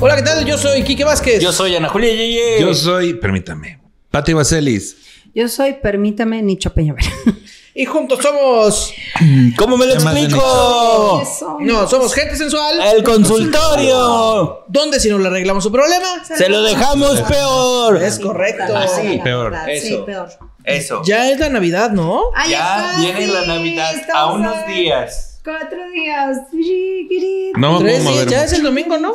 Hola, ¿qué tal? Yo soy Quique Vázquez. Yo soy Ana Julia Yeye. Yo soy, permítame, Pati Vaselis. Yo soy, permítame, Nicho Peñavera. Y juntos somos. ¿Cómo me lo Llamas de explico? No, somos gente sensual. El consultorio. ¿Dónde si no le arreglamos su problema? Se lo dejamos peor. Es correcto. Así. peor. Ah, Sí, Eso. peor. Eso. Ya es la Navidad, ¿no? Ay, Ya está, viene sí, la Navidad a estamos unos días. Cuatro días. Sí, querido. No, Tres, vamos a sí, ver. ya Ya, es el domingo, ¿no?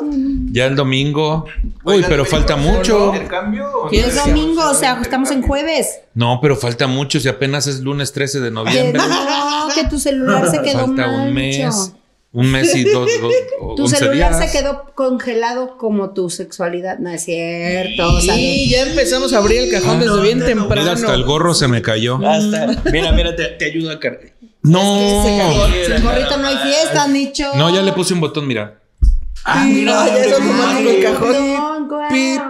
el domingo. Uy, Oigan, pero falta ¿no? mucho. ¿Intercambio? ¿Quién Es domingo, o sea, estamos en jueves. No, pero falta mucho. Si apenas es lunes 13 de Que noviembre. no, que tu celular se quedó Falta mal, un mes. Nicho. Un mes y dos. dos Tu 11 celular días. se quedó congelado como tu sexualidad. No es cierto. o sea, Y ya empezamos a abrir el Ah, cajón desde bien temprano. Mira, hasta el gorro se me cayó. Hasta. Mira, mira, te, te ayudo a cargar. No. sin gorrito no hay fiesta, Nicho. No, ya le puse un botón, mira. Ah, No, ya es automático el cajón. Perdón, guau. Pip.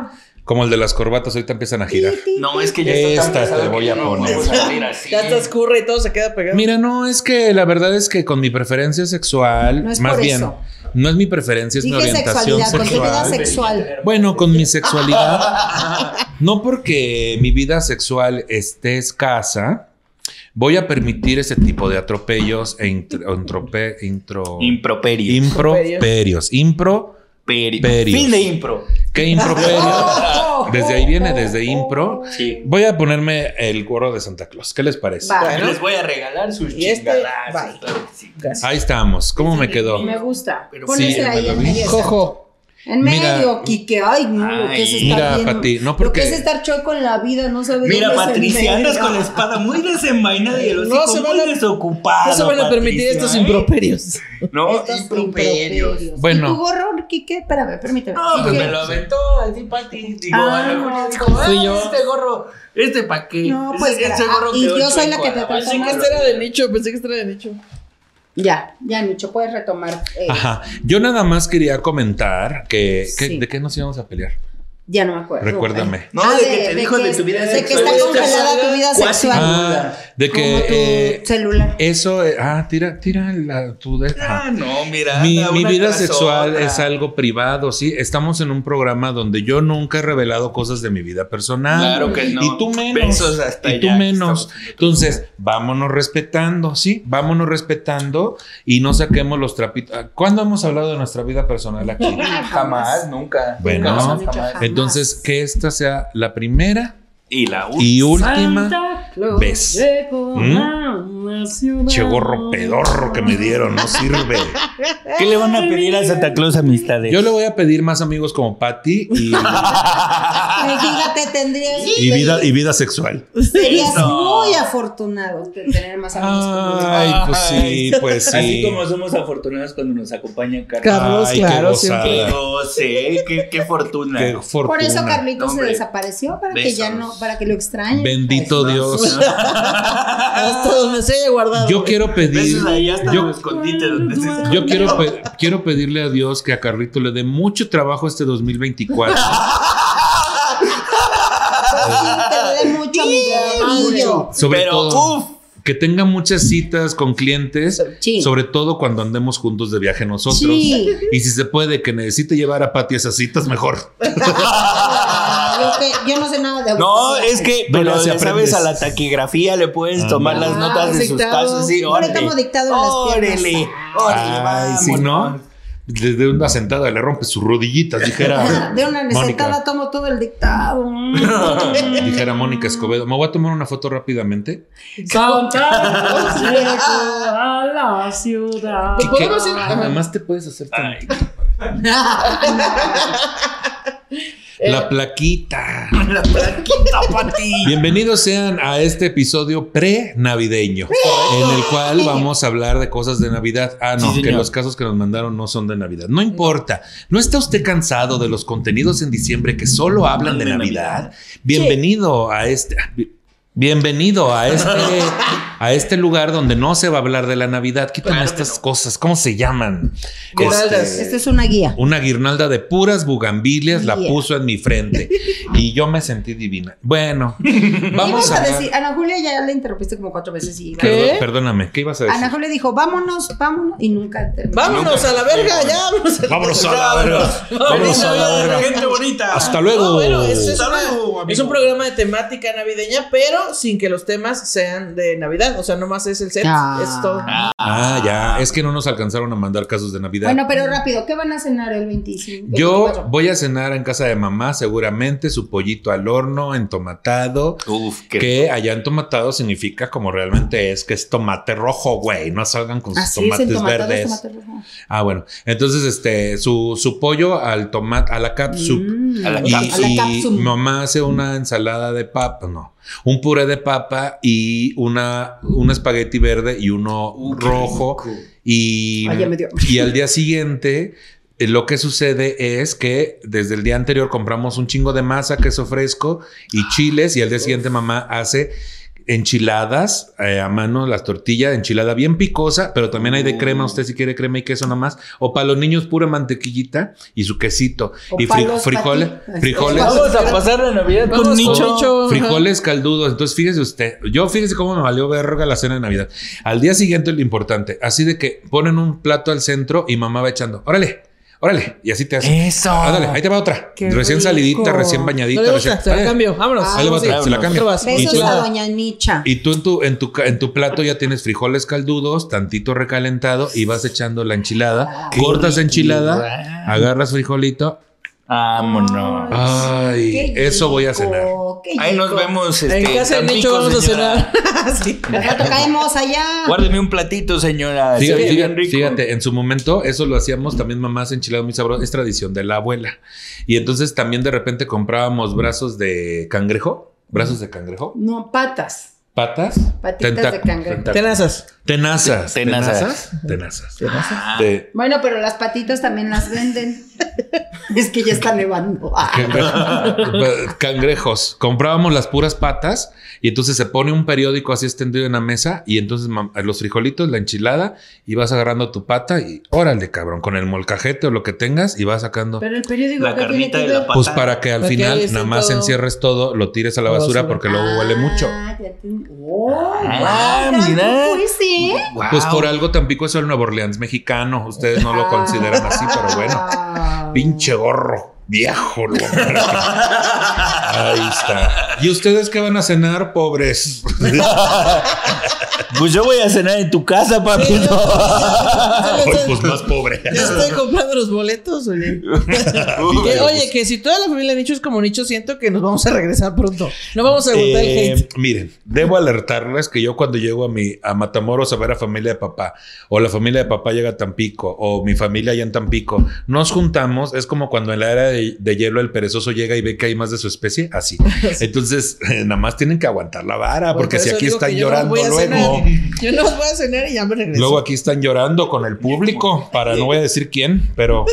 Como el de las corbatas, ahorita empiezan a girar. No, es que ya está tan Esta te pesado que voy ya a no poner. podemos abrir así. Ya hasta escurre y todo se queda pegado. Mira, no, es que la verdad es que con mi preferencia sexual, No es más por bien, eso. no es mi preferencia, es mi Dije orientación sexualidad, con tu vida sexual. sexual. Bueno, con mi sexualidad, no porque mi vida sexual esté escasa, voy a permitir ese tipo de atropellos e intro, intrope- intro, Improperio. improperios, impro, Peri- Perios. Fin de impro. ¿qué improperio? Desde ahí viene, desde impro. Sí. Voy a ponerme el gorro de Santa Claus. ¿Qué les parece? Va. Bueno. Les voy a regalar sus Y este, chingadazos. bye. claro que sí. Ahí estamos. ¿Cómo me quedó? Me gusta. Pero Pónese sí, me ahí lo en vi. medio. Jojo. En Mira. medio, Quique. Ay, no, lo que es Ay, estar mira, bien- Pati, no Lo porque- que es estar choco en la vida, Pues no sabes Mira, dónde es el Patricia, andas medio. con la espada muy desenvainada y el No hocico se van muy a- desocupado. No se van a permitir Patricia, estos ¿eh? improperios. No, Estos improperios. improperios. Bueno. ¿Y tu gorro, Quique? Espérame, permíteme. No, pues Quique. me lo aventó así, Pati. Digo, Ah, a lo no. mejor dijo, Fui "Ah, yo. este gorro, este pa' qué. No, pues, Ese- ese ah, gorro y quedó yo soy la chueco, que te la trató verdad. mal. Pensé que este era de nicho, pensé que este era de nicho. Ya, ya, Nicho, puedes retomar. eh, Ajá. Yo nada más quería comentar que, que- Sí. de qué nos íbamos a pelear. Ya no me acuerdo. Recuérdame. No, Ah, de que te dijo de tu vida De que sexual. está congelada tu vida Cuasi- sexual. Ah, de que Como tu eh, celular. eso, eh, ah, tira, tira la, tu de- ah. Ah, no, mira. Mi, anda mi una vida tras sexual otra. es algo privado, sí. Estamos en un programa donde yo nunca he revelado cosas de mi vida personal. Claro que no. Y tú menos. Besos hasta y tú allá que menos. estamos. Entonces, vámonos respetando, sí. Vámonos respetando y no saquemos los trapitos. Ah, ¿Cuándo hemos hablado de nuestra vida personal aquí? Jamás, nunca. Bueno. Nunca, jamás, Nunca, jamás. jamás. Entonces, que esta sea la primera Y la y última. Santa Claus vez. llegó ¿Mm? a la ciudad. Che gorro pedorro que me dieron, no sirve. ¿Qué le van a pedir a Santa Claus amistades? Yo le voy a pedir más amigos como Patty y, Ay, Fíjate, tendrías. y vida, y vida sexual. Serías No. muy afortunado de tener más amigos. conmigo. Ay, pues sí, pues sí. Así como somos afortunados cuando nos acompaña Carlos. Car- Carlos, Ay, claro, gozada. Qué goce, qué, qué fortuna. Ah, Qué fortuna. Por eso Carlitos se Hombre. desapareció para que ya Besos. no, para que lo extrañen. Bendito Dios. Hasta donde se haya guardado. Yo quiero pedir. Besos ahí hasta Yo, los escondites donde se- yo quiero, pe- quiero pedirle a Dios que a Carrito le dé mucho trabajo este 2024. Pues sí, te lo dé mucho amiguillo. Sobre Pero, todo. uff. Que tenga muchas citas con clientes, Sí. sobre todo cuando andemos juntos de viaje nosotros. Sí. Y si se puede, que necesite llevar a Pati esas citas, mejor. Ah, yo que- Yo no sé nada de No, es que, Pero pero así le aprendes. sabes a la taquigrafía, le puedes tomar las Ah, notas de sus dictado. casos. Sí, Ahora órale. como dictado en las piernas. Órale, órale, Ay, si no, vámonos. le dé una sentada, le rompe sus rodillitas, dijera. De una Mónica. necesitada tomo todo el dictado. Dijera Mónica Escobedo. Me voy a tomar una foto rápidamente. a la ciudad. ¿Qué- qué? Ah, podemos ir? Nada más te puedes hacer Ay. tantito. La plaquita. La plaquita para ti. Bienvenidos sean a este episodio pre-navideño, en el cual vamos a hablar de cosas de Navidad. Ah, no, Sí, que señor. los casos que nos mandaron no son de Navidad. No importa. ¿No está usted cansado de los contenidos en diciembre que solo hablan de, De Navidad? Bienvenido a este. Bienvenido a este, a este lugar donde no se va a hablar de la Navidad. Quítame estas cosas. ¿Cómo se llaman? Guirnaldas. Este, Esta es una guía. una guirnalda de puras bugambilias la Yeah. puso en mi frente y yo me sentí divina. Bueno, vamos Ibas a. a hablar- decir, Ana Julia ya la interrumpiste como cuatro veces y ¿Qué? Perdón- perdóname, ¿qué ibas a decir? Ana Julia dijo, vámonos, vámonos, y nunca terminó. Vámonos a la verga, ya. Vámonos a la Vámonos a la Ya, verga. Vámonos Feliz a la Navidad, verga. gente bonita. Hasta luego. No, bueno, es, es Hasta una- luego, amigo. es un programa de temática navideña, pero sin que los temas sean de Navidad. O sea, nomás es el set. Ah. Es todo. Ah, ya. Es que no nos alcanzaron a mandar casos de Navidad. Bueno, pues, pero rápido, ¿qué van a cenar el 25? yo 24? voy a cenar en casa de mamá, seguramente, su pollito al horno, entomatado. Uf, qué Que allá en tomatado significa como realmente es que es tomate rojo, güey. No salgan con sus Así es, tomates el tomatado verdes. es tomate rojo. Ah, bueno. Entonces, este, su, su pollo al tomate, a la cap soup. Mm. A la Y, cap- a la y capsum. mamá hace una ensalada de papa, no, un puré de papa y una un espagueti verde y uno rojo y Ay, ya me dio. y al día siguiente eh, lo que sucede es que desde el día anterior compramos un chingo de masa, queso fresco y chiles y al día siguiente mamá hace enchiladas eh, a mano, las tortillas, enchilada bien picosa, pero también hay de Mm. crema, usted si quiere crema y queso nomás, o para los niños pura mantequillita y su quesito O y pa' fri- los frijoles, pa' ti. frijoles, Vamos a pasar la Navidad con Vamos Nicho. frijoles caldudos. Entonces, fíjese usted, yo fíjese cómo me valió verga la cena de Navidad. Al día siguiente, lo importante, así de que ponen un plato al centro y mamá va echando, órale, órale, y así te hace. Eso. Ándale, ahí te va otra. Qué recién rico. salidita, recién No bañadita, le recién. gusta, se la Órale. cambio. Vámonos. Ah, Ahí le va otra, sí. se la Otro cambio. vaso. Y Besos tú- a Enchilada. Doña Nicha. Y tú en tu, en tu ca- en tu plato ya tienes frijoles caldudos, tantito recalentado y vas echando la enchilada, Qué cortas rico. enchilada, agarras frijolito. ah, Vámonos. Ay, Qué eso voy a rico, cenar. qué Ahí nos rico. vemos. En este, casa de tan Nicho rico, vamos a señora. cenar. Sí. Al rato caemos allá. Guárdeme un platito, señora. Se Fíjate, ve Ah, bien fíjate, rico. fíjate, en su momento eso lo hacíamos también mamás enchiladas muy sabrosas, es tradición de la abuela. Y entonces también de repente comprábamos brazos de cangrejo, brazos de cangrejo, No, patas. patas, Patitas de tentáculos, cangrejo. tentáculos. Tenazas. tenazas, Tenazas. tenazas, tenazas, Ah. De- Bueno, pero las patitas también las venden. es que ya está nevando. Ah. cangrejos. Comprábamos las puras patas y entonces se pone un periódico así extendido en la mesa y entonces mam- los frijolitos, la enchilada y vas agarrando tu pata y órale, cabrón, con el molcajete o lo que tengas y vas sacando. Pero el periódico La que carnita tiene que de la ver? pata. Pues para que al Para que final avisen nada más todo. encierres todo, lo tires a la La basura, basura. porque luego huele mucho. Ah, ya te- Oh, Ah, mira. mira. ¿qué fue ese? Guau. Pues por algo Tampico es el Nuevo Orleans mexicano. Ustedes no lo Ah. consideran así, pero bueno. Ah. Pinche gorro, viejo. lo- Ahí está. ¿Y ustedes qué van a cenar, pobres? Pues yo voy a cenar en tu casa, Sí, papito. yo- Hoy, pues más pobre. Ya estoy comprando los boletos, oye. Que, pues. oye, que si toda la familia de Nicho es como Nicho, siento que nos vamos a regresar pronto. No vamos a aguantar Eh, el hate. miren, debo alertarles que yo cuando llego a mi a Matamoros a ver a familia de papá o la familia de papá llega a Tampico o mi familia allá en Tampico, nos juntamos, es como cuando en la era de, de hielo el perezoso llega y ve que hay más de su especie, así. Entonces, nada más tienen que aguantar la vara porque Por si eso aquí digo están que yo no llorando voy a luego, cenar. Yo no los voy a cenar y ya me regreso. luego aquí están llorando con el público, para no voy a decir quién, pero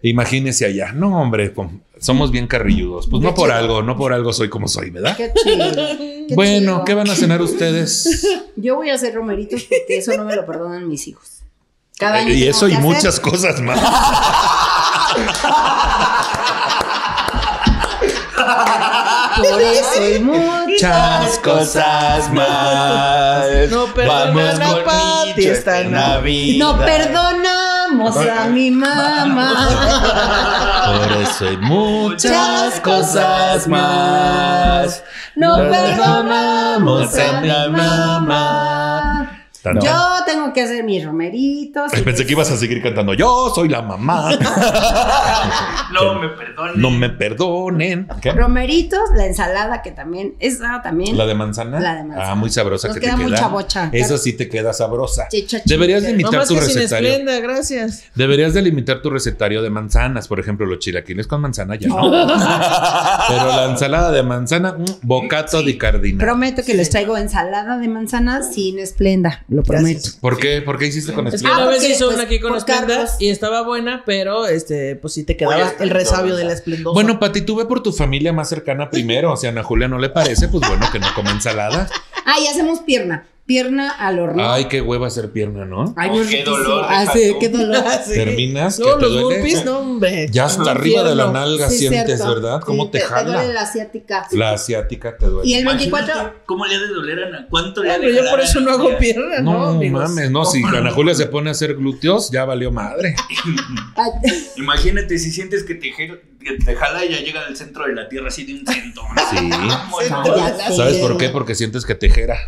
imagínense allá. No, hombre, com- somos bien carrilludos. Pues no por algo, no por algo soy como soy, ¿verdad? Qué chido. qué Bueno, chido. ¿qué van a cenar ustedes? Yo voy a hacer romeritos porque eso no me lo perdonan mis hijos. Cada año Eh, y tengo eso que y hacer. muchas cosas más. Por eso y muchas. Muchas cosas más. No perdonan a Pati Nicho esta esta Navidad. No Navidad. perdonamos a mi mamá. Por eso hay muchas Muchas cosas cosas más. más. No perdonamos a mi mamá. Tan- Yo tengo que hacer mis romeritos. y- Pensé que ibas a seguir cantando. Yo soy la mamá. No me perdones. No me perdonen. ¿Qué? Romeritos, la ensalada que también, esa también. ¿La de manzana? La de manzana. Ah, muy sabrosa Nos que queda te queda. mucha bocha. Esa sí te queda sabrosa. Chicha, chicha. Deberías de No imitar más tu que sin recetario. esplenda, gracias. Deberías de limitar tu recetario de manzanas, por ejemplo, los chilaquiles con manzana ya no. Pero la ensalada de manzana, mm, bocato di cardina. Prometo que les traigo ensalada de manzana sin esplenda. lo prometo. ¿Por qué? ¿Por qué hiciste con Es que espina? una Ah, vez porque, hizo pues, una aquí con por espindas Carlos. y estaba buena, pero este, pues sí te Oye, quedaba el esplendorosa. resabio de la esplendor. Bueno, Pati, tú ve por tu familia más cercana primero. O sea, a Ana Julia no le parece, pues bueno, que no come ensalada. Ah, y hacemos pierna. Pierna al horno. Ay, qué hueva hacer pierna, ¿no? Ay, Oh, no, qué riquísimo. dolor, Ah, deja sí, tú. qué dolor. Terminas, No, que te los duele. burpees, no, hombre. Ya hasta arriba de la Infierno. nalga Sí, sientes, cierto. ¿verdad? ¿Cómo Sí, te duele jala? la asiática. La asiática te duele. Y el 24. Imagínate ¿Cómo le ha de doler a Ana? ¿Cuánto le ha Ay, de pero Ah, yo jalar por a eso no Ana hago Julia? pierna, No, ¿no? amigos? mames, no. Si Ana Julia se pone a hacer glúteos, ya valió madre. Ay, Imagínate si sientes que te, jel- que te jala y ya llega al centro de la tierra así de un centón. Sí. Bueno, Centro. ¿Sabes por qué? Porque sientes que tejera.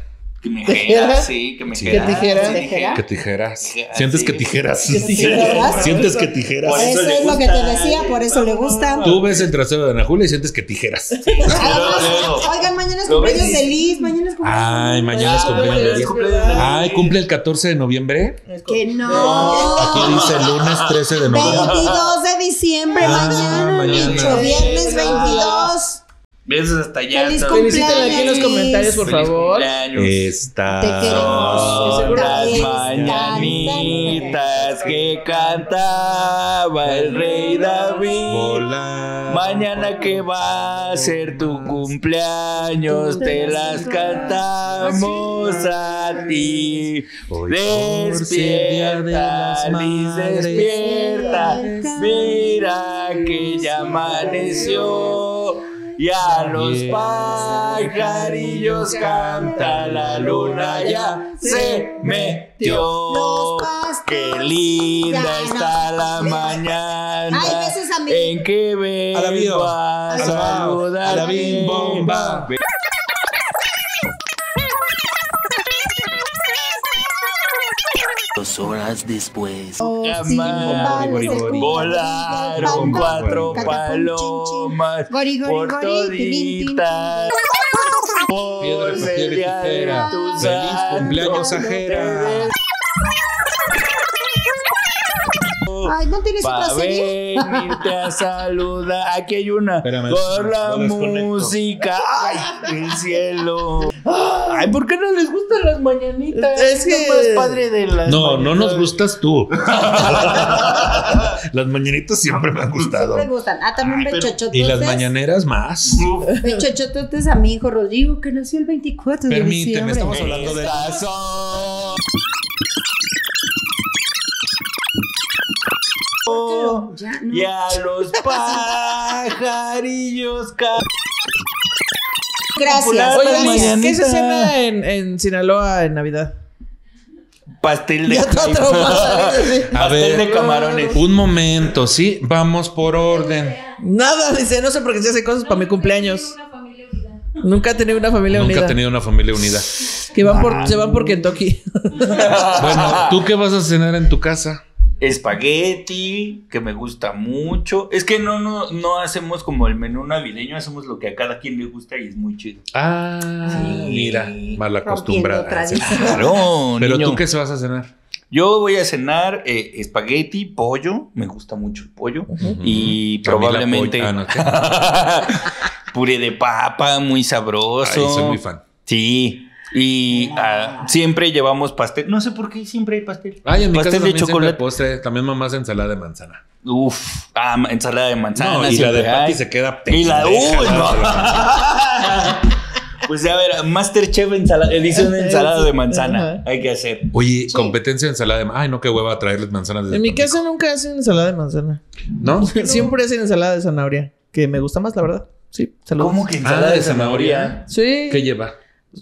que me ¿Tijera? jera, sí, que me Sí. jera. ¿Que tijera? me jera. Que tijeras. Sí, así Sientes que es. tijeras. Que tijeras. Sientes que tijeras. Por Eso le es lo que gusta, te decía, por eso le gusta. Tú ves el trasero de Ana Julia y sientes que tijeras. Luego, luego. Oigan, mañana es Lo cumpleaños ves de y- Liz. Mañana es cumpleaños. Ay, de Liz. mañana es Ah, cumpleaños bueno, de es Liz. verdad. Ay, cumple el 14 de noviembre. Que No. no. Aquí dice lunes 13 de noviembre. 22 de diciembre, Ah, mañana, mañana. Nicho. Viernes 22. Ves hasta allá. Feliz ¿sabes? cumpleaños. Felicítala aquí en los comentarios, por Feliz favor. cumpleaños. Está. Te queremos. Son las Feliz mañanitas que cantaba el rey David. Volar. Mañana que va a ser tu cumpleaños, te las cantamos a ti. Hoy Despierta, Liz, despierta. Mira que ya amaneció. Y a los pajarillos canta la luna ya se metió. Qué linda está la mañana. Ay, besos a mi- En que A la vengo bio. a A la bio. saludar. A la bim bomba. Dos horas después. Oh, Jamás bori, bori. Volaron cuatro palomas Gori, gori, por gori, tin, tin, tin. toditas. Piedra, Por papel y el tijera. tus Feliz cumpleaños, santos ajera. Ay, ¿no tienes otra Pa' serie? venirte a saludar. Aquí hay una. Espérame, con la lo desconecto. música. ¡Ay, el cielo! Ay, ¿por qué no les gustan las mañanitas? Es lo que- más padre de las No, no nos mañanitas. gustas tú. las mañanitas siempre me han gustado. Siempre gustan. Ah, también Y las bechochototes. mañaneras más. Bechochototes a mi hijo Rodrigo, que nació el 24 de Permíteme, diciembre. estamos hablando de. Estas son- Ya, Y no. a los pajarillos ca- Gracias. Oye, Las Liz, gracias. ¿qué se mañanitas. cena en, en Sinaloa en Navidad? pastel de Ya está camarón. traumada, dice. A pastel de ver, camarones. un momento, sí, vamos por orden. Nada, dice, no sé por qué se hace cosas para mi cumpleaños. Nunca he tenido una familia Nunca unida. he tenido una familia unida. Que van por, se van por Kentucky. Bueno, ¿tú qué vas a cenar en tu casa? Espagueti, que me gusta mucho. Es que no, no, no hacemos como el menú navideño, hacemos lo que a cada quien le gusta y es muy chido. Ah, Sí. mira, mal Rompiendo acostumbrada. tradiciones. Claro, Pero niño. tú qué se vas a cenar? Yo voy a cenar eh, espagueti, pollo, me gusta mucho el pollo. Y Camila probablemente Poy- ah, no, ¿qué? puré de papa, muy Ay, sabroso. soy muy fan. Sí. Y ah, siempre llevamos pastel. No sé por qué siempre hay pastel. Ay, en pastel mi casa de también siempre hay chocolate. postre, también mamá hace ensalada de manzana. Uf, ah, ma- ensalada de manzana. No, y la de siempre Pati hay. se queda Y la uy, pendeja, ¿no? no. Pues a ver, Masterchef ensalada, edición de ensalada de manzana. Ajá. Hay que hacer. Oye, competencia de ensalada de manzana. Ay, no, qué hueva traerles manzanas desde En mi Tampico. casa nunca hacen ensalada de manzana. ¿No? Siempre hacen ensalada de zanahoria, que me gusta más, la verdad. Sí, saludos. ¿Cómo que Ah, ensalada de de zanahoria? zanahoria. Sí. ¿Qué lleva?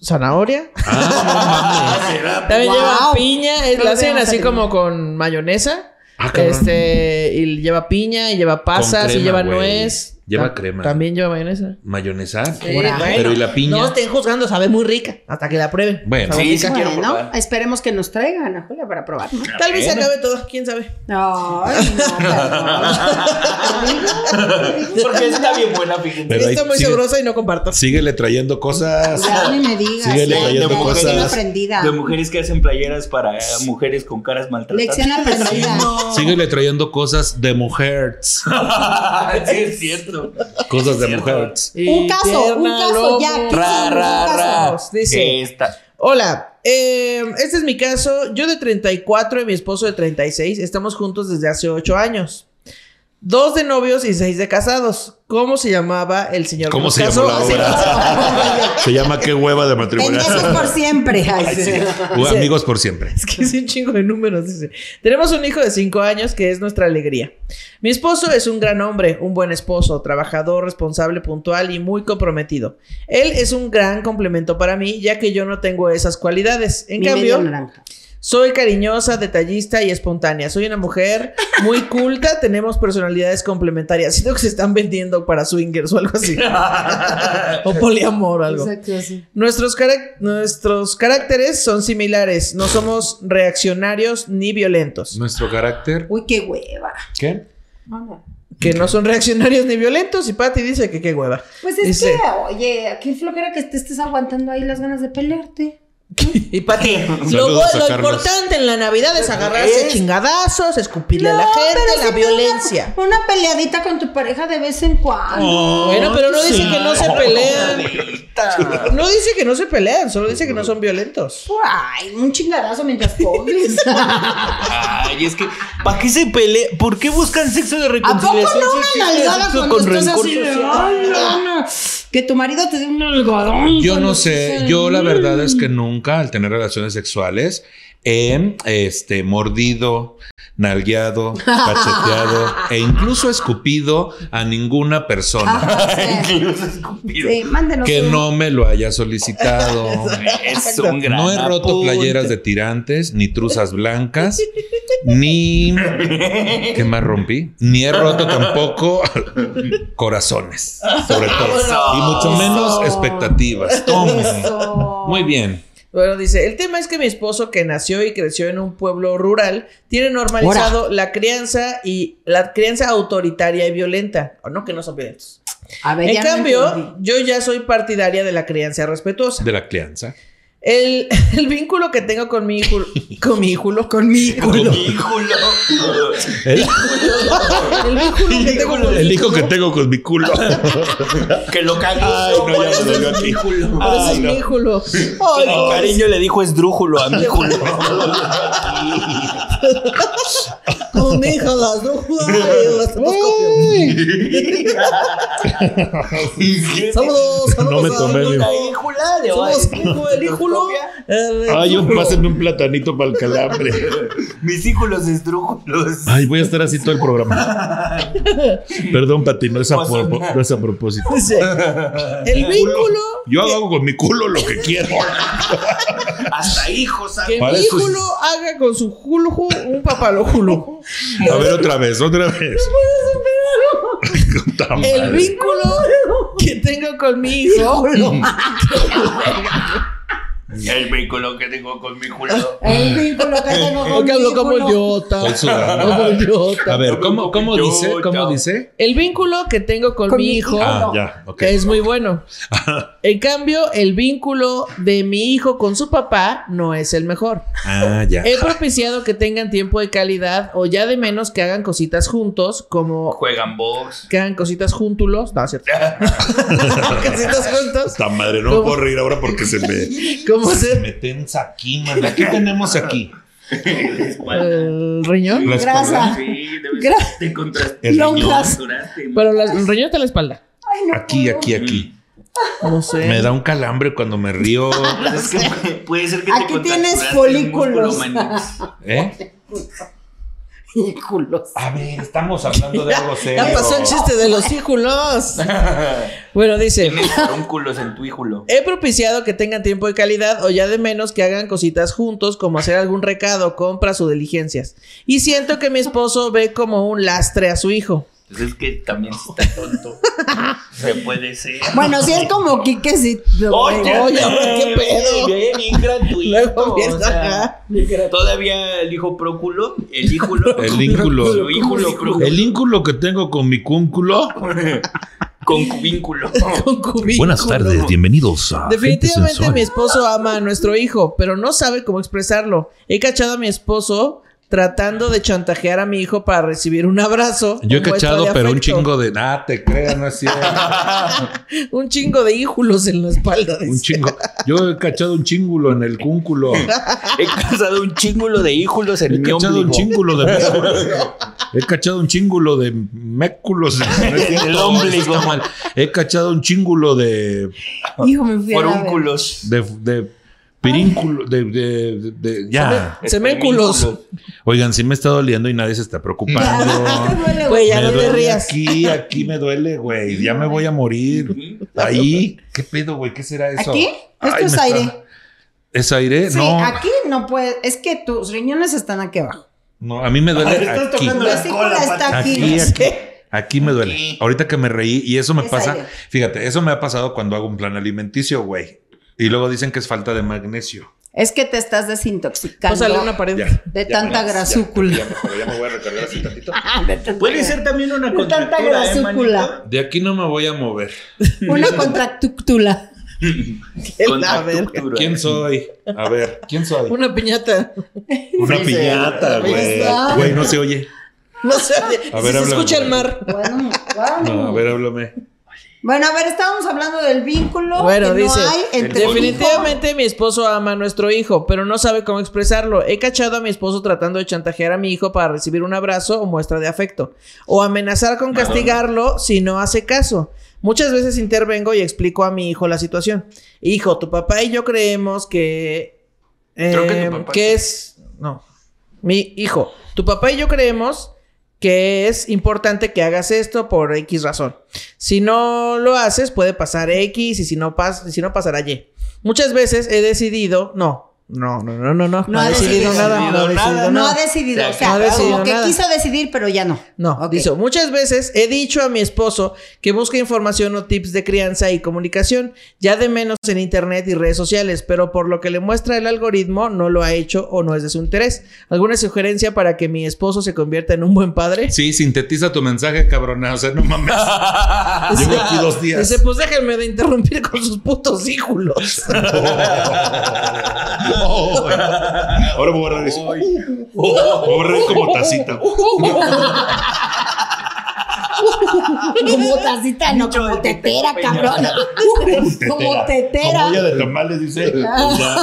zanahoria. Ah, será. También Wow. lleva piña, eh, No la lo hacen habíamos así tenido. como con mayonesa. Ah, cabrón. este, y lleva piña, y lleva pasas, crema, y lleva güey. nuez. Lleva Ta- crema. También lleva mayonesa. Eh, Mayonesa. bueno. Pero y la piña. No estén juzgando, sabe muy rica. Hasta que la prueben. Bueno. Sabe Sí, rica. quiero Bueno, probar. esperemos que nos traigan Ana Julia para probar. ¿no? Tal vez se Bueno. acabe todo, quién sabe. Ay, no, perdón. Porque está bien buena, fíjense. Pero ahí Está muy sigue- sabrosa y no comparto. Síguele trayendo cosas. Ya ni me digas. ¿eh? Síguele ya, trayendo ya, ya cosas. estoy ofendida. De mujeres que hacen playeras para eh, mujeres con caras maltratadas. Lección aprendida. Síguele trayendo cosas de mujeres. sí, es cierto. Cosas de Cierto. mujeres. Y Un caso, un pierna, caso, lomo. ya, ¿qué Ra, ra, ra. Dice, Esta. Hola, Eh, este es mi caso. Yo de 34 y mi esposo de 36. Estamos juntos desde hace 8 años. Dos de novios y seis de casados. ¿Cómo se llamaba el señor que ¿Cómo nos se llamó la casó? obra? Se llama Qué hueva de En matrimonio. eso por siempre. Ay, sí. Uh, Amigos por siempre. Es que es un chingo de números, dice. Tenemos un hijo de 5 años que es nuestra alegría. Mi esposo es un gran hombre, un buen esposo, trabajador, responsable, puntual y muy comprometido. Él es un gran complemento para mí, ya que yo no tengo esas cualidades. En Mi cambio, medio naranja. soy cariñosa, detallista y espontánea. Soy una mujer muy culta, tenemos personalidades complementarias. Siento que se están vendiendo para swingers o algo así. o poliamor o algo. Exacto, sí. Nuestros, carac- nuestros caracteres son similares. No somos reaccionarios ni violentos. Nuestro carácter. Uy, qué hueva. ¿Qué? Que no son reaccionarios ni violentos. Y Patty dice que qué hueva. Pues es Dice- que, oye, qué flojera que te estés aguantando ahí las ganas de pelearte. Y Patty, lo, Saludos bu- a lo Carlos. importante en la Navidad es agarrarse a chingadazos, escupirle a la gente, pero la sí violencia. Oh. Una, una peleadita con tu pareja de vez en cuando. Bueno, pero no dice que no se Oh. pelean. Ahorita. No dice que no se pelean, solo dice que no son violentos. Ay, un chingadazo mientras comes. Ay, es que, ¿para qué se pelea? ¿Por qué buscan sexo de Pues, ¿A poco reconciliación? no si una existe nalgada sexo cuando estás rencor así de, social? "Ay, no, no"? Que tu marido te dé un algodón. Yo cuando no sé, estás yo la ahí. verdad es que nunca al tener relaciones sexuales he este, mordido, nalgueado, cacheteado e incluso escupido a ninguna persona Ah, Sí, Incluso escupido. sí, mándenos que un- no me lo haya solicitado. Es un gran No he roto apunte. playeras de tirantes, ni truzas blancas, ni... ¿Qué más rompí? Ni he roto tampoco corazones, sobre todo. Y mucho menos expectativas. Toma. Eso. Muy bien. Bueno, dice, el tema es que mi esposo, que nació y creció en un pueblo rural, tiene normalizado la crianza y la crianza autoritaria y violenta. O no, que no son violentos. A ver, En ya no cambio, entendí. yo ya soy partidaria de la crianza respetuosa. De la crianza. El, el vínculo que tengo con mi hijo, con mi hijo, con mi hijo, Híjole. El, el vínculo que tengo con El hijo que tengo con mi culo. Que lo cagó. Ay, no, ya me dolió aquí. Híjole. Por eso Ay, es no. mi híjulo. Ay, Ay, no. cariño le dijo esdrújulo a mi culo. con mi hija, las dos, ay, las dos copias. Saludos, No me saludos a- tomé mi- híjula de Somos hoy. hijo del híjulo. eh, Ah, Ay, un, híjulo. pásenme un platanito para el calambre. Mis híjulos esdrújulos. Ay, voy a estar así todo el programa. Perdón, Pati, no es a, propo- no es a propósito. Dice, el vínculo Yo hago con mi culo lo que quiero. Hasta hijos. que Para mi eso es- híjulo haga con su julju un papalojulo. A ver, otra vez, otra vez. Puta El madre. vínculo que tengo con mi hijo. Mm, El vehículo que tengo con mi culo. Ah. El vínculo que tengo con Porque mi hablo como culo. idiota. Estoy sudando. Como idiota. A ver, ¿cómo, cómo Yo, dice? ¿Cómo chao. dice? El vínculo que tengo con, Con mi mi hijo. hijo. Ah, ya, ok. Que es muy bueno. En cambio, el vínculo de mi hijo con su papá no es el mejor. Ah, ya. He propiciado que tengan tiempo de calidad o ya de menos que hagan cositas juntos, como Juegan box. que hagan cositas juntulos. No, es cierto. cositas juntos. Esta madre, no me ¿Cómo? puedo reír ahora porque se me. Como ser tensa aquí, man. ¿Qué tenemos aquí? el riñón. La espalda. Grasa. Sí, debes Gra- te contraste. El riñón. Lonjas. Pero la- el riñón está en la espalda. Ay, no Aquí, puedo. aquí, aquí. No sé. Me da un calambre cuando me río. Es que puede- puede ser que Aquí te contracturaste tienes el folículos. músculo, manix. ¿Eh? Vínculos. A ver, estamos hablando de algo serio. Ya pasó el chiste de los híjulos. Bueno, dice. Tienes forúnculos en tu híjulo. He propiciado que tengan tiempo de calidad o ya de menos que hagan cositas juntos como hacer algún recado, compras o diligencias. Y siento que mi esposo ve como un lastre a su hijo. Pues es que también si está tonto. Se puede ser. Bueno, si es como Quique, sí. lo- oye, qué pedo. Bien, bien gratuito. Luego o empieza sea, acá. Todavía el hijo próculo, el híjulo. El ínculo. Su híjulo próculo. El ínculo que tengo con mi cúnculo. Concubínculo. Con cubículo. Buenas tardes, bienvenidos a. Definitivamente Gente mi Sensual. esposo ama a nuestro hijo, pero no sabe cómo expresarlo. He cachado a mi esposo tratando de chantajear a mi hijo para recibir un abrazo. Yo he como muestra cachado, de pero un afecto. chingo de. Ah, te creas, no es cierto. Un chingo de híjulos en la espalda. Un dice. chingo. Yo he cachado un chingulo en el cúnculo. He cazado un chingulo de híjulos en He mi cachado un ombligo. chingulo de. He cachado un chingulo de méculos. No es cierto, El ombligo. está mal. He cachado un chingulo de. Hijo, me fui a la verga. Forúnculos. de, de pirínculo. De, de- de- de- ya. Seménculos. Oigan, sí me está doliendo y nadie se está Ah, te preocupando. duele, Güey, ya Me no te duele rías. Aquí, aquí me duele, güey. Ya me voy a morir. Ujú. Ahí, ¿qué pedo, güey? ¿Qué será eso? ¿Aquí? Esto Ay, es me aire. está- ¿Es aire? Sí, no, aquí no puede. Es que tus riñones están aquí abajo. no, a mí me Ah, duele estás aquí. Tu tocando No, la vesícula cola, está aquí. Aquí, aquí, aquí me duele. Aquí. Ahorita que me reí y eso me Es pasa. aire. Fíjate, eso me ha pasado cuando hago un plan alimenticio, güey. Y luego dicen que es falta de magnesio. Es que te estás desintoxicando Pásale una pared. Ya. de tanta grasúcula. Ya, mejor, ya me voy a recargar así tantito. Ah, De tanta Puede gra- ser también una De tanta contractura, ¿eh, manito? grasúcula. De aquí no me voy a mover. Una contractúctula. Que la Contractura. ¿Quién soy? A ver, ¿quién soy? Una piñata. Una Sí, piñata, sí, ahí güey. está. Güey, no se oye. No sé. A si ver, se habla, escucha el güey. mar. Bueno, wow. No, a ver, háblame. Bueno, a ver, estábamos hablando del vínculo Bueno, que dice, no hay entre hijo- definitivamente mi esposo ama a nuestro hijo, pero no sabe cómo expresarlo. He cachado a mi esposo tratando de chantajear a mi hijo para recibir un abrazo o muestra de afecto, o amenazar con castigarlo si no hace caso. Muchas veces intervengo y explico a mi hijo la situación. Hijo, tu papá y yo creemos que... Creo que eh, tu papá- que es... No. Mi hijo, tu papá y yo creemos que es importante que hagas esto por X razón. Si no lo haces, puede pasar X y si no, pas si no pasará Y. Muchas veces he decidido, no, no, no, no, no, no, no, ha he decidido, decidido nada, nada. no he decidido Nada, nada. No ha decidido, o sea, No ha decidido como que nada. quiso decidir, pero ya no. No, Ok. dice, muchas veces he dicho a mi esposo que busque información o tips de crianza y comunicación, ya de menos en internet y redes sociales, pero por lo que le muestra el algoritmo no lo ha hecho o no es de su interés. ¿Alguna sugerencia para que mi esposo se convierta en un buen padre? Sí, sintetiza tu mensaje, cabrona. O sea, no mames. Llevo aquí dos días. Dice, pues déjenme de interrumpir con sus putos híjulos. Oh, güey. Ahora me voy a reír. Me voy a reír como tacita. Como tacita, no, Dicho como de tetera, tetera, cabrón. Como tetera. Como olla de tamales, dice. Pues ya,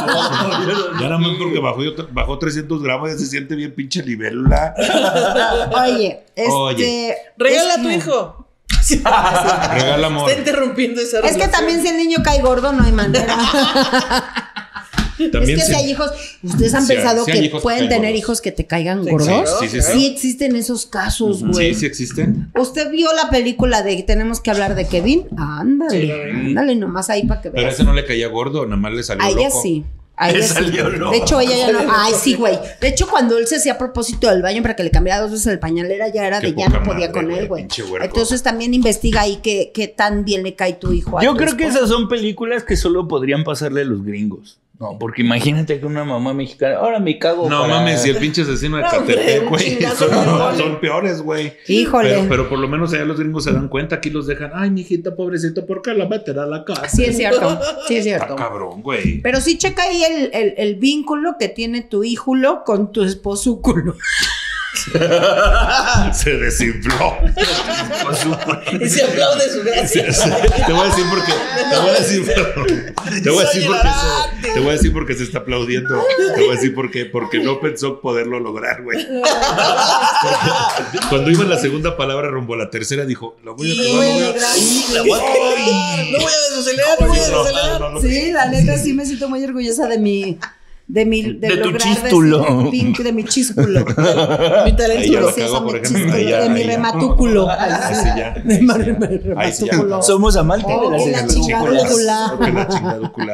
ya nada más porque bajó, yo- bajó 300 gramos, ya se siente bien pinche libélula. Oye, este. Oye. Regala es a tu que- hijo. Regala amor. Está interrumpiendo esa Es que relación. también si el niño cae gordo, no hay manera. También es que sí. si hay hijos, ustedes han Sí, pensado sí hay que hijos que pueden caen tener gordos. hijos que te caigan Sí, gordos. claro. Sí, sí, Sí sí. existen esos casos, güey. Sí, sí existen. ¿Usted vio la película de Tenemos que hablar de Kevin? Ándale, ándale nomás ahí para que Pero veas. ese no le caía gordo, nada más le salió A ella loco. sí. A Le ella sí. salió loco. De hecho, ella ya no. Ay, sí, güey. De hecho, cuando él se hacía a propósito del baño para que le cambiara dos veces el pañal, era ya era Qué de ya no poca podía madre, con él, güey, güey. pinche huerco. Entonces también investiga ahí qué, qué tan bien le cae tu hijo. a Yo tu creo que esposa. esas son películas que solo podrían pasarle a los gringos. No, porque imagínate que una mamá mexicana, ahora me cago. No para- mames, y el pinche asesino de No, hombre, Catepec, un güey. chingazo Son, de son peores, güey. Híjole. Pero, pero por lo menos allá los gringos se dan cuenta, aquí los dejan. Ay, mijita, pobrecito, ¿por qué la meterá a la casa? Sí, es cierto. Sí, es Está cierto. cabrón, güey. Pero sí checa ahí el, el- el vínculo que tiene tu híjulo con tu esposúculo. Ah. Se desinfló. Y se aplaude su gracia. te voy a decir porque. Te voy a decir. Te voy Soy a decir porque. hilarante. Se, te voy a decir porque se está aplaudiendo. Te voy a decir porque. Porque no pensó poderlo lograr, güey. Porque Cuando iba en la segunda palabra rumbo a la tercera, dijo: Lo voy a Sí, acabar, voy a lo voy a- ¡Sí, lograr. la voy a acabar! No voy a desacelerar, no voy a desacelerar. Sí, la neta sí me siento muy orgullosa de mi de mi de, De tu lograr decir chístulo. vin- de mi Mi chísculo. Ahí ya talento. lo Sí, cagó, esa por me ejemplo. Ahí chis- ya, de mi ahí ya. rematúculo. Ahí sí ya. De ahí sí mi ya. Ahí sí ya. rematúculo. Somos amantes Oh, de que la las películas. chingadúcula. Que la chingadúcula.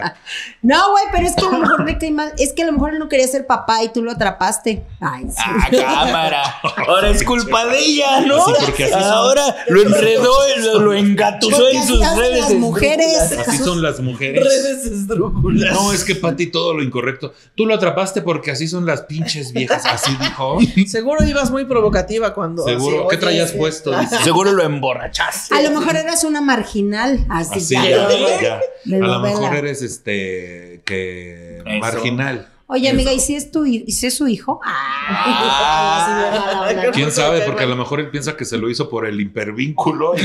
No, güey, pero es que a lo mejor me cae mal. Es que a lo mejor él no quería ser papá y tú lo atrapaste. Ay, sí. Ah, cámara. Ahora es culpa de ella, ¿no? Sí, porque así son. Ahora lo enredó, lo, lo engatusó Porque en así sus hacen redes. las mujeres. Así son las mujeres. Redes esdrújulas. No, es que Pati todo lo incorrecto. Tú lo atrapaste porque así son las pinches viejas. Así dijo. Seguro ibas muy provocativa cuando. Seguro. así, ¿Qué oye, traías pues? sí. puesto? Dice. Seguro lo emborrachaste. A lo mejor eras una marginal. Así, Así ya. ya, ya. De A lo novela. mejor eres este que Eso. marginal. Oye, amiga, ¿y si es tu hi- y si es su hijo? Ah, Ah. ¿Quién sabe? Porque a lo mejor él piensa que se lo hizo por el hipervínculo. Y,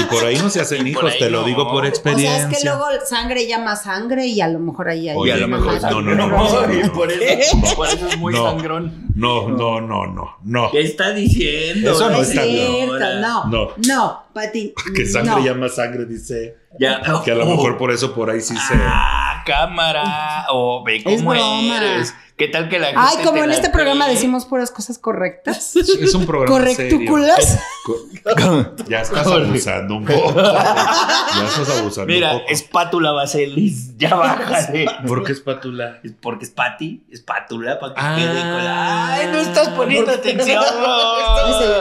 y por ahí no se hacen Y por hijos, ahí te lo no. digo por O sea, es o sea, experiencia. es que luego sangre llama sangre y a lo mejor ahí hay. Oye, Y a lo una mejor mala- no, no, no, no, no, no. por eso, por eso es muy No. sangrón. No, no, no, no, no. ¿Qué está diciendo? Eso no No es está bien. cierto, no, no, No. Pati. Que sangre no. llama sangre, dice. Ya. Que a lo Oh. mejor por eso por ahí sí se. Ah, cámara. O ve cómo broma. eres. ¿Qué tal que la gente Ay, como te en la este programa cree? decimos puras cosas correctas. Es un programa. serio. Correctuculas. Co- Ya estás abusando un poco. Ya estás abusando Mira, un poco. Ah, espátula Vaselis, ya bájale. ¿Por qué espátula? Es Porque es Pati, espátula, para que Ah. quede con la- Ay, no estás poniendo atención. Estamos en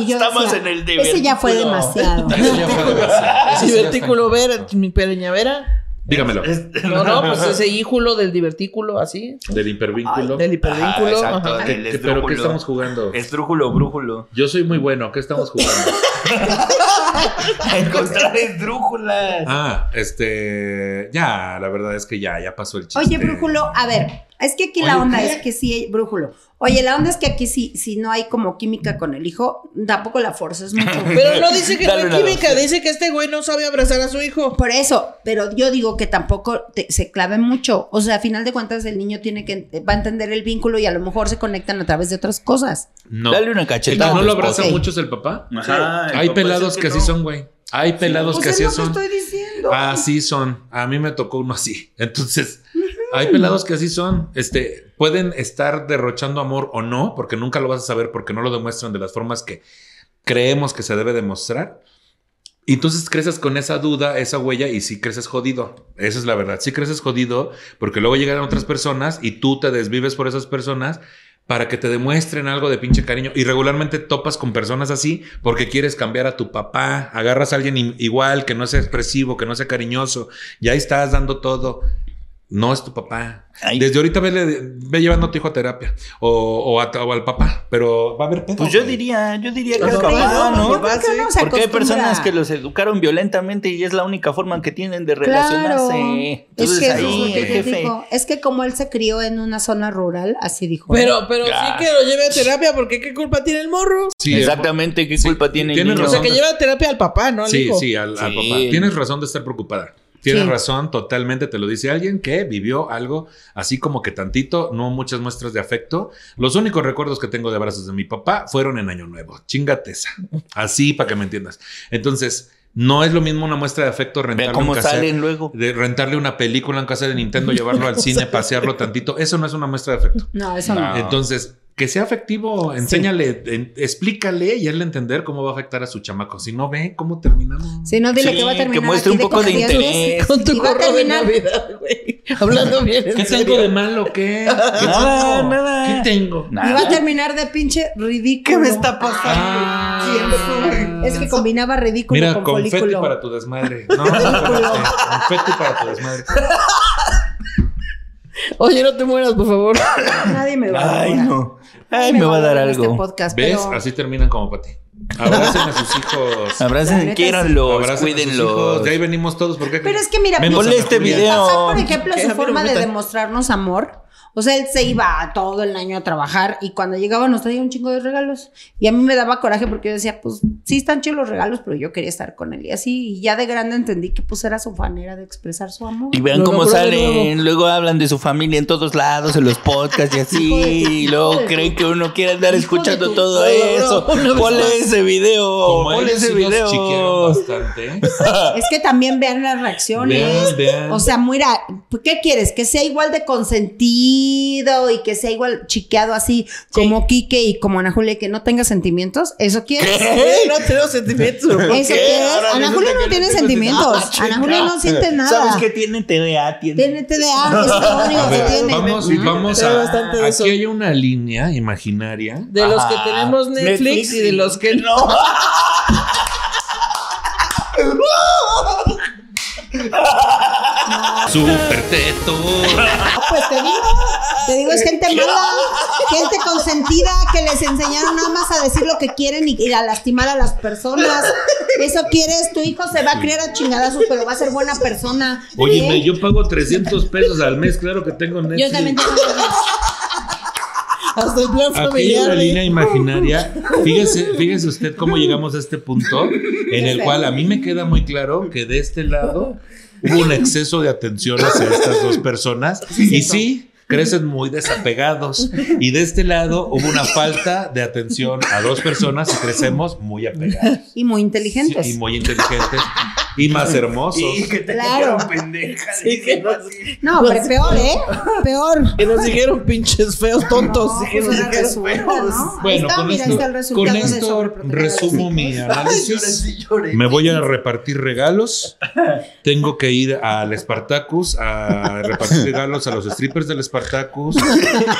el- Estamos decía, en el de Ese ya fue vertículo. demasiado. Eso ya fue demasiado. Eso sí ya fue Divertículo ver, demasiado. mi pereñavera. Dígamelo. Este, No, no, pues ese híjulo del divertículo, así. Del hipervínculo. Del Ah, hipervínculo. exacto, ajá. del ¿Qué- ¿Pero qué esdrújulo. estamos jugando? Esdrújulo, brújulo. Yo soy muy bueno. ¿Qué estamos jugando? A encontrar esdrújulas. Ah, este. Ya, la verdad es que ya, ya pasó el chiste. Oye, Brújulo, ah, a ver, es que aquí la Oye, onda ¿qué? es que sí, Brújulo. Oye, la onda es que aquí sí, si no hay como química con el hijo, tampoco la forzas mucho. Pero no dice que no Dale hay una química, dosis. dice que este güey no sabe abrazar a su hijo. Por eso, pero yo digo que tampoco te- se clave mucho. O sea, a final de cuentas, el niño tiene que va a entender el vínculo y a lo mejor se conectan a través de otras cosas. No. Dale una El que cachetada. no lo a tu esposo. abraza Ok. mucho es el papá. Ajá, el Ah, Hay papá pelados dice que, no. así son, güey. Hay pelados Pues que así son. Ah, diciendo. Así son. A mí me tocó uno así. Entonces, hay pelados que así son. Este, pueden estar derrochando amor o no, porque nunca lo vas a saber, porque no lo demuestran de las formas que creemos que se debe demostrar. Y entonces creces con esa duda, esa huella, y si creces jodido. Esa es la verdad. Si creces jodido, porque luego llegan otras personas y tú te desvives por esas personas para que te demuestren algo de pinche cariño. Y regularmente topas con personas así porque quieres cambiar a tu papá, agarras a alguien i- igual, que no sea expresivo, que no sea cariñoso, y ahí estás dando todo. No es tu papá. Ay. Desde ahorita ve, ve llevando a tu hijo a terapia o, o a- o al papá, pero va a haber pedo, Pues yo güey. diría, yo diría que Pero es no, capaz, ah, no, ¿no? no, ¿Por qué uno se Porque hay acostumbra? personas que los educaron violentamente y es la única forma que tienen de Claro. relacionarse. Es Entonces que, eso es lo ahí que el te jefe. digo. Es que como él se crió en una zona rural, así dijo. ¿eh? Pero, pero Ah. sí que lo lleve a terapia, porque qué culpa tiene el morro. Sí, Exactamente, ¿qué Sí, culpa tiene el tienes niño? O sea, que Entonces- lleva a terapia al papá, ¿no? Al Sí, hijo. sí, al, al Sí. papá. Tienes razón de estar preocupada. Tienes Sí. razón, totalmente te lo dice alguien que vivió algo así como que tantito, no muchas muestras de afecto. Los únicos recuerdos que tengo de abrazos de mi papá fueron en Año Nuevo. Chingate esa. Así para que me entiendas. Entonces, no es lo mismo una muestra de afecto Ve rentarle un cómo cassette, salen luego. de rentarle una película en casa de Nintendo, llevarlo al cine, pasearlo tantito. Eso no es una muestra de afecto. no, eso no. No. Entonces, que sea afectivo, enséñale, en- explícale y hazle entender cómo va a afectar a su chamaco. Si no ve, ¿cómo terminamos? Si no, dile Sí, que va a que terminar. muestre aquí un poco de copias, interés. ¿ves? Con tu Y va a gorro de terminar. Navidad, güey. Hablando bien. en ¿Qué serio. tengo de malo? ¿Qué? ¿Qué Nada, tengo? nada. ¿Qué tengo? Y va a Nada. terminar de pinche ridículo. Ah. Sí, es que combinaba ridículo Mira, con confeti folículo. para tu desmadre. No, no, espérate. confeti para tu desmadre. Oye, no te mueras, por favor. Nadie me va a dar. Ay, ahora. no. Ay, me va a dar en Este algo. podcast, ¿Ves? pero- Así terminan como Pati. Abracen a sus hijos. La Abracen, neta, quiéranlos, Abracen a sus hijos. cuídenlos. De ahí venimos todos. ¿Por qué? Pero es que mira, Menos ponle Ana este Julia. video. Pasó, por ejemplo, ¿Qué? su A ver, forma de ahorita. demostrarnos amor. O sea, él se iba todo el año a trabajar y cuando llegaba nos traía un chingo de regalos. Y a mí me daba coraje porque yo decía, pues sí están chidos los regalos, pero yo quería estar con él. Y así, y ya de grande entendí que pues era su manera de expresar su amor. Y vean Lo cómo logró de salen, luego hablan de su familia en todos lados, en los podcasts y Hijo de tu- así, y luego creen que uno quiere andar Hijo de escuchando tu- todo No, no, no, eso. una vez más. Ponle ese video, Como ponle ellos Oh, ese sí nos chiquearon video. bastante. Es que también vean las reacciones. Vean, vean. O sea, mira, pues, ¿qué quieres? Que sea igual de consentido y que sea igual chiqueado así como Quique y como Ana Julia, que no tenga sentimientos. ¿Eso quieres? Eh, No tengo sentimientos. ¿por qué? ¿Eso qué es? Ahora Ana resulta Julia que no no tiene tengo sentimientos. sentimientos. Ana Julia no siente nada. ¿Sabes qué tiene TDA? Tiene. Tiene TDA, es lo único A que ver, tiene. Pues vamos, Ujú. vamos Trae a. bastante de eso. Aquí hay una línea imaginaria. De los que Ah, Ajá. tenemos Netflix, y de los que no. No, Super teto. Ah, pues te digo. Te digo, es gente mala, gente consentida que les enseñaron nada más a decir lo que quieren y, y a lastimar a las personas. Eso quieres, tu hijo se va a criar a chingadazos, pero va a ser buena persona. Oye, ¿Eh? me- yo pago 300 pesos al mes, claro que tengo Netflix. Yo también tengo amigos. Hasta el plan Aquí hay familiar. una güey. línea imaginaria. Fíjese, fíjese usted cómo llegamos a este punto en el cual a mí me queda muy claro que de este lado hubo un exceso de atención hacia estas dos personas y sí crecen muy desapegados y de este lado hubo una falta de atención a dos personas y crecemos muy apegados Y muy inteligentes. y muy inteligentes y más hermosos. Sí, que te Claro. quedaron pendeja. Sí, que no- No, pero peor, ¿eh? Peor. Que nos dijeron pinches feos, tontos. No, que pues nos ahora dijeron resulta, feos. ¿no? Ahí Bueno, está, con mira, ahí está el esto, resultado con de esto sobreproteger a los resumo hijos. mi análisis. lloré. Me voy a repartir regalos. Tengo que ir al Spartacus a repartir regalos a los strippers del Spartacus,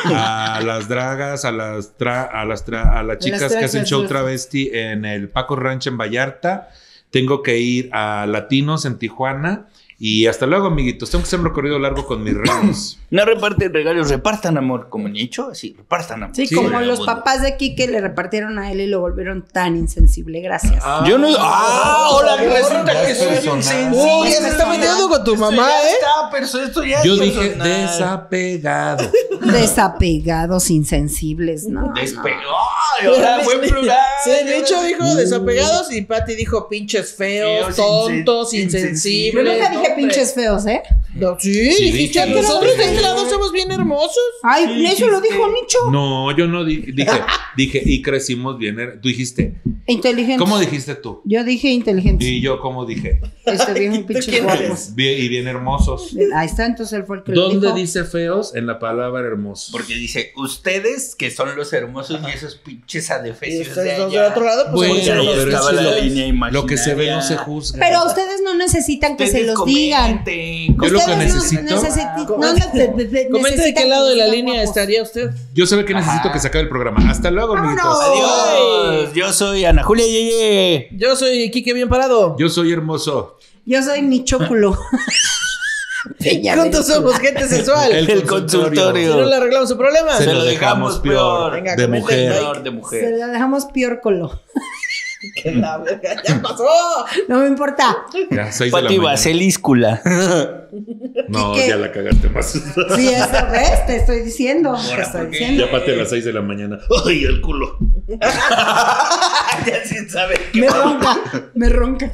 a las dragas, a las tra- a las tra- a las chicas que hacen trans- show travesti en el Paco Ranch en Vallarta. Tengo que ir a Latinos en Tijuana y hasta luego, amiguitos. Tengo que hacer un recorrido largo con mis reyes. No reparten regalos, repartan amor, como Nicho, así, repartan amor. Sí, Sí, ah, como el los mundo. papás de Kike le repartieron a él y lo volvieron tan insensible. Gracias. Yo no. ¡Ah! Ahora que resulta Ya que es soy personal. insensible. Uy, ya se está metiendo con tu mamá, ya ¿eh? Está, pero esto ya es Yo dije personal. desapegado. Desapegados, insensibles, ¿no? Despe- ¡Ay, ahora fue plural! Sí, Nicho dijo desapegados y Patty dijo pinches feos, Feos, tontos, insen- Yo insensibles. insensibles. nunca dije No, hombre. pinches feos, ¿eh? No, sí, Sí, dijiste, dije, "Nosotros nosotros de este sí. lado somos bien hermosos. Ay, Sí, eso lo sí, dijo sí. Nicho. No, yo no di- dije, dije, y crecimos bien. her- Tú dijiste, Inteligente. ¿cómo dijiste tú? Yo dije inteligente. Y yo, ¿cómo dije? Este bien pinches quién guapos. Bien- y bien hermosos. Ahí está, entonces él fue el que lo ¿Dónde dijo. dice feos? En la palabra hermosos. Porque dice, ustedes que son los hermosos y esos pinches Y adefesios de ustedes los del allá. otro lado, pues Bueno, somos ahí hermosos. pero estaba es que la lo- línea imaginaria. Lo que se ve no se juzga. Pero a ustedes no necesitan que se Ustedes los digan. comenten. Yo lo que Ustedes no necesito- Ah, necesiti- no Comente- nece- de- de- Comente de qué necesitan que lado de la digan línea guapos. estaría usted. Yo sé que necesito Ajá. que se acabe el programa. Hasta luego, amiguitos. Adiós. Yo soy Ana Julia Yeye. Yo soy Kike bien parado. Yo soy hermoso. Yo soy Nichóculo. Ya Juntos ves. somos gente sexual. El El Si consultorio. consultorio. no le arreglamos su problema. Se lo dejamos peor. Venga, de comenten, mujer. like. Peor de mujer. Se la dejamos piórcolo. Que la verga, ya pasó. No me importa. Ya, seis de la Pati mañana. Baselíscula. No, Quique. ya la cagaste más. Sí, eso ves, te estoy diciendo. Te estoy diciendo. ya pate a las 6 de la mañana. ¡Ay, el culo! ya sin saber qué Me ronca, me ronca.